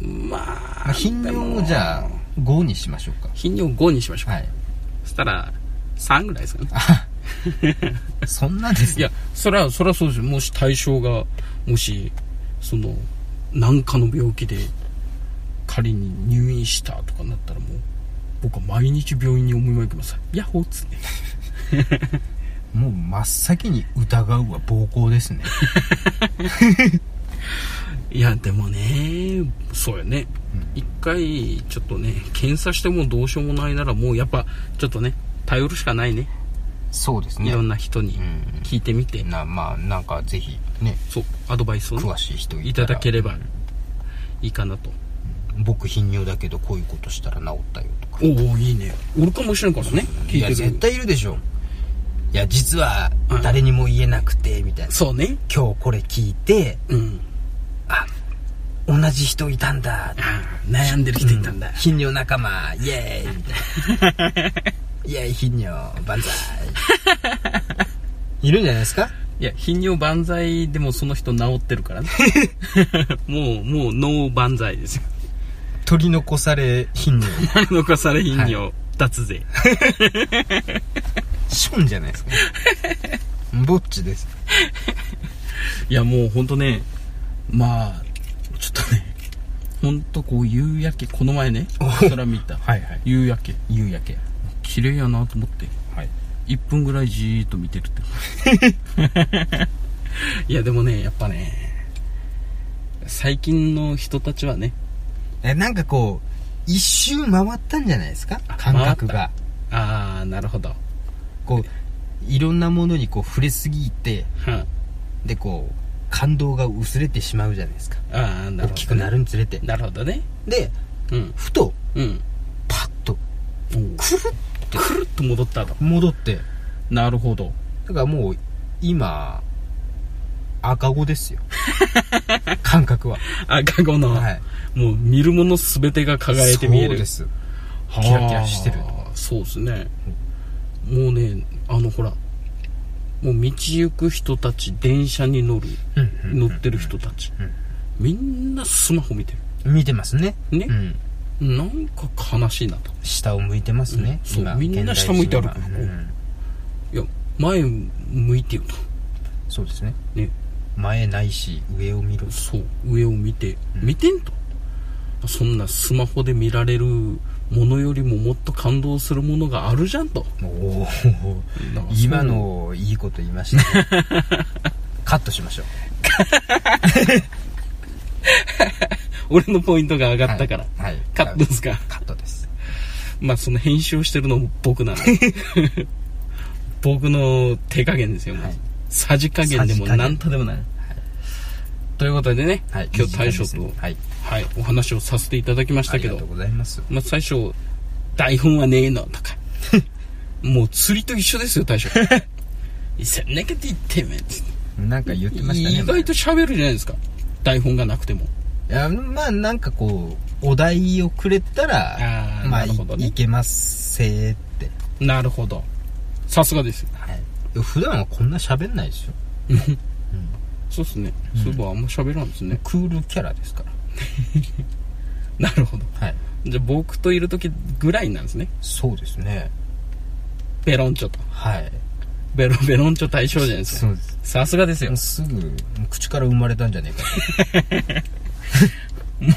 ままああ頻尿をじゃあ5にしましょう頻尿5にしましょう、かはいそしたら3ぐらいですかねあそんなですいやねそりゃそりゃそうですよもし対象がもしその何かの病気で仮に入院したとかなったらもう僕は毎日病院にお見舞い行きますヤッホーっつってもう真っ先に疑うは暴行ですねいやでもねそうよねうん一回ちょっとね検査してもどうしようもないならもうやっぱちょっとね頼るしかないねそうですねいろんな人にうん聞いてみて、なまあなんかぜひねそうアドバイスをね、詳しい人いただければうんいいかなと僕頻尿だけどこういうことしたら治ったよとかおおいいね俺かもしれんからね聞いてやる絶対いるでしょいや実は誰にも言えなくてみたいなそうね今日これ聞いてうんあ同じ人いたんだあー悩んでる人いたんだ、頻尿仲間イエーイみたい [laughs] なイエーイ頻尿万歳いるんじゃないですかいや頻尿万歳でもその人治ってるからね [laughs] もうもう脳万歳ですよ取り残され頻 [laughs] 尿残され頻尿、は脱税ションじゃないですかぼっちですいやもうほんとねまあちょっとねほんとこう夕焼けこの前ねお空見たはいはい夕焼け夕焼け綺麗やなと思ってはい1分ぐらいじーっと見てるって [laughs] いやでもねやっぱね最近の人たちはねえなんかこう一周回ったんじゃないですか感覚回がああなるほどこういろんなものにこう触れすぎてはでこう感動が薄れてしまうじゃないですかあああなるほ大ど、ね、きくなるにつれてなるほどねでうんふとうんパッとくるっとくるっと戻ったと戻ってなるほどだからもう今赤子で [laughs] すよ感覚は赤子の、はいもう見るもの全てが輝いて見えるそうですはあキラキラしてるそうですね、もうねあのほらもう道行く人たち電車に乗る乗ってる人たち、うんみんなスマホ見て見てますねるねう、んなんか悲しいなと下を向いてますね、うんそう今みんな下向いて歩く現代人はうんいや前向いてよとそうですねね前ないし上を見ろそう上を見て、見てんとそんなスマホで見られるものよりももっと感動するものがあるじゃんとおおーなんかそう今のいいこと言いましたね [laughs] カットしましょう俺のポイントが上がったから、はい、はいカットですかカットですまあその編集をしてるのも僕なんで [laughs] 僕の手加減ですよ、もうはいさじ加減でもさじ加減何とでもない、ということでね、はい今日大将いい時と間ですねはいはい、お話をさせていただきましあたりけがどとうございますまあ、最初台本はねえのとか [laughs] もう釣りと一緒ですよ大将 [laughs] そんなこと言ってもなんか言ってましたね意外と喋るじゃないですか台本がなくてもいやまあなんかこうお題をくれたらあーまあなるほどねいいけますせーって、なるほどさすがですよはい、普段はこんな喋んないでしょそうっすね、そういえばあんま喋らんですねクールキャラですからなるほどはいじゃあ僕といる時ぐらいなんですねそうですねベロンチョとはいベロベロンチョ対象じゃないですかうですさすがですよもうすぐ口から生まれたんじゃねえか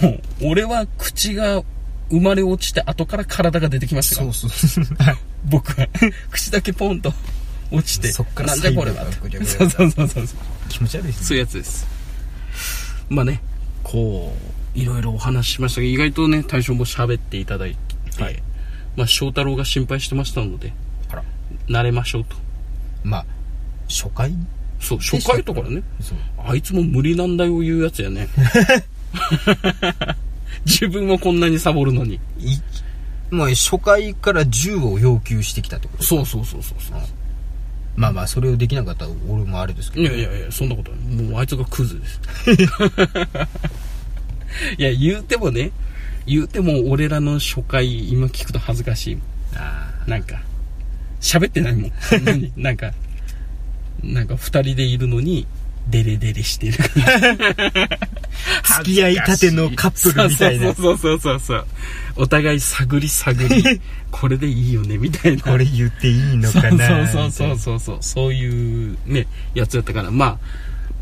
もう俺は口が生まれ落ちて後から体が出てきましたからうそうそうはい [laughs] 僕は口だけポンと落ちてそっからなんじゃこれは細胞がぐちゃぐちゃそうそうそうそう気持ち悪いですそうねいうやつですまあねこういろいろお話ししましたが意外とね大将も喋っていただいて、はいまあ翔太郎が心配してましたのであら慣れましょうとまあ初回そう初回とからねそうあいつも無理難題を言うやつや [laughs] ね自分もこんなにサボるのにいまあ初回から10を要求してきたってことそうそうそうそうそうまあまあそれをできなかったら俺もあれですけどいやいやいやそんなことないもうあいつがクズです [laughs] いや言うてもね言うても俺らの初回今聞くと恥ずかしいあなんか喋ってない [laughs] もん何なんかなんか二人でいるのにデレデレしてるー付き合いたてのカップルみたいなそうそうそうそうそうそうお互い探り探 [laughs] りこれでいいよねみたいなこれ言っていいのかなそうそうそうそううそうそういうねやつやったからまあ、ま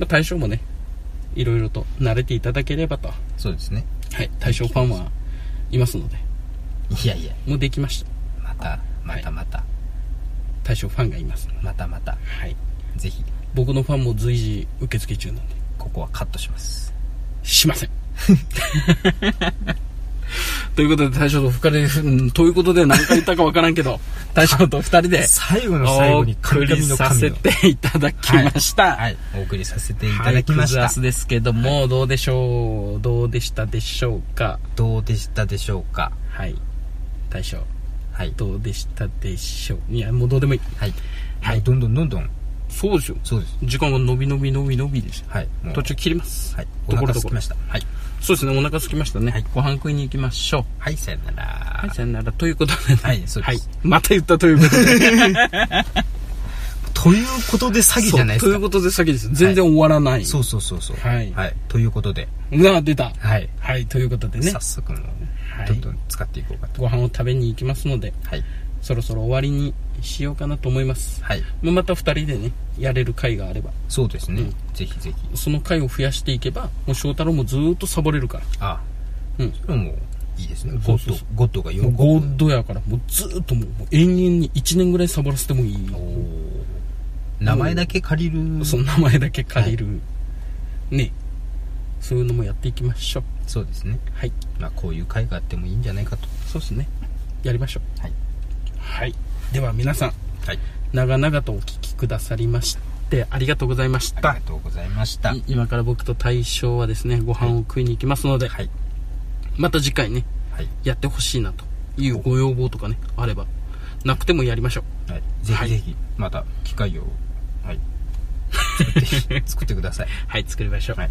あ、大将もねいろいろと慣れていただければと、はそうですねい、大将ファンはいますのでいやいやもうできましたまたまたまた、大将ファンがいますまたまたはいぜひ僕のファンも随時受付中なんでここはカットしますしません [laughs] ということで大将と二人で、うんということで何回言ったかわからんけ [laughs] ど、大将と二人で、最後の最お後に送神り々のさせ神のていただきました。はいお送りさせていただきましはいクズアたスですけども、どうでしょうどうでしたでしょうかどうでしたでしょうかはい。大将、はいどうでしたでしょういや、もうどうでもいい。はいはいもうどんどんどんどんそうですよ。そうです時間が伸び伸び伸び伸びですよ。はいもう途中切ります。はいおところ腹どすこきろま。したはいそうですね、お腹空きましたね。はいご飯食いに行きましょう。はいさよなはい、らさよなら。ということでね。はいそうですはい。また言ったということで。ということで詐欺じゃないでそうとすいかうことで詐欺です。全然終わらない。そうそうそうそうはいはいということでうわ、出た。はいはい、ということでね早。速もうはいどんどん使っていこうかとご飯を食べに行きますので、はいそろそろ終わりにしようかなと思います。はいもうまた2人でね、やれる回があれば、そうですねうんぜひぜひその回を増やしていけば、もう翔太郎もずーっとサボれるから。あうんそれもういいですねそゴうそうッドそゴッドがも4うゴードやから、もうずーっともう、もう永遠に1年ぐらいサボらせてもいい。名前だけ借りるその名前だけ借りる。ね。そういうのもやっていきましょう。そうですねはい。まあこういう会があってもいいんじゃないかとそうですね。やりましょう。はい。はい。では皆さん、はい長々とお聞きくださりまして、ありがとうございましありたが。とうございましたい今から僕と大将はですね、ご飯を食いに行きますので、はいまた次回ね、はいやってほしいなというご要望とかね、あれば、なくてもやりましょはいぜはひい。ぜひまた機会をはい作って作ってくださいうはい、作りましょう。は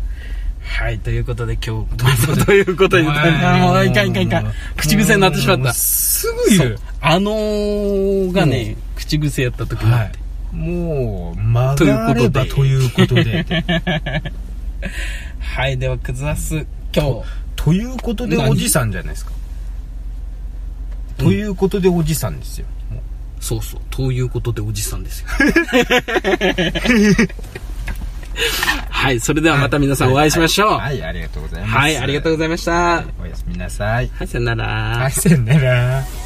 はいい、ということで今 [laughs] 日、またということ [laughs] に、もういかんいかんいかん。口癖になってしまっもうた。すぐいそうるあのーがね、口癖やった時もあって。いもう曲がればとといいうことではい、では、くずあす、今 [laughs] ということで何おじさんじゃないですかうんということでおじさんですよもう日。そうそう、ということでおじさん [laughs] ですよ。はい、それではまた皆さんお会いしましょう。はい、ありがとうございます。はい、ありがとうございました。おやすみなさい。はい、さよなら。はい、さよなら。